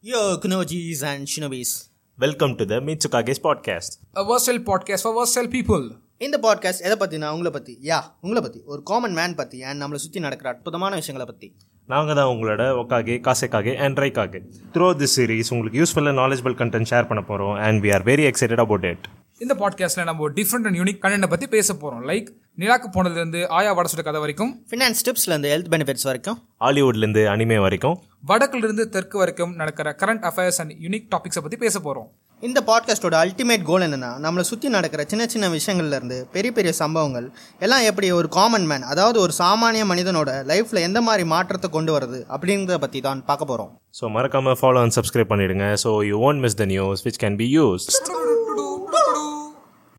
Yo, Kunojis and Shinobis. Welcome to the Mitsukage's podcast. A versatile podcast for versatile people. இந்த podcast எதை பற்றினா உங்களை பற்றி யா உங்களை பற்றி ஒரு காமன் மேன் பற்றி அண்ட் நம்மளை சுற்றி நடக்கிற அற்புதமான விஷயங்களை பற்றி நாங்கள் தான் உங்களோட ஒக்காகே காசைக்காகே அண்ட் ரைக்காகே த்ரூ திஸ் சீரிஸ் உங்களுக்கு யூஸ்ஃபுல்லாக நாலேஜபிள் கண்டென்ட் ஷேர் பண்ண போகிறோம் and we are very excited about it இந்த பாட்காஸ்ட்ல நம்ம ஒரு டிஃப்ரெண்ட் அண்ட் யூனிக் கண்டென்ட் பத்தி பேச போறோம் லைக் நிலாக்கு போனதுலேருந்து ஆயா வடை சுட்ட கதை வரைக்கும் ஃபினான்ஸ் டிப்ஸ்லேருந்து ஹெல்த் பெனிஃபிட்ஸ் வரைக்கும் ஹாலிவுட்லேருந்து அனிமே வரைக்கும் வடக்குல இருந்து தெற்கு வரைக்கும் நடக்கிற கரண்ட் அஃபேர்ஸ் அண்ட் யூனிக் டாபிக்ஸை பத்தி பேச போறோம் இந்த பாட்காஸ்ட்டோட அல்டிமேட் கோல் என்னென்னா நம்மளை சுற்றி நடக்கிற சின்ன சின்ன விஷயங்கள்லேருந்து பெரிய பெரிய சம்பவங்கள் எல்லாம் எப்படி ஒரு காமன் மேன் அதாவது ஒரு சாமானிய மனிதனோட லைஃப்பில் எந்த மாதிரி மாற்றத்தை கொண்டு வருது அப்படிங்கிறத பற்றி தான் பார்க்க போகிறோம் ஸோ மறக்காமல் ஃபாலோ அண்ட் சப்ஸ்கிரைப் பண்ணிடுங்க so you won't miss the news which can be use